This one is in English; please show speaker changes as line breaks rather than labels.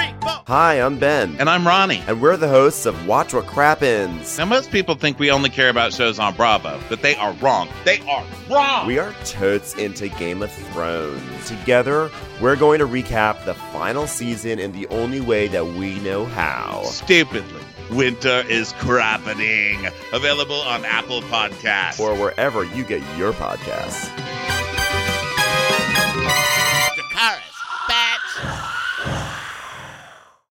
Hi, I'm Ben.
And I'm Ronnie.
And we're the hosts of Watch What Crappens.
Now, most people think we only care about shows on Bravo, but they are wrong. They are wrong.
We are totes into Game of Thrones. Together, we're going to recap the final season in the only way that we know how.
stupidly. Winter is crappening. Available on Apple Podcasts.
Or wherever you get your podcasts.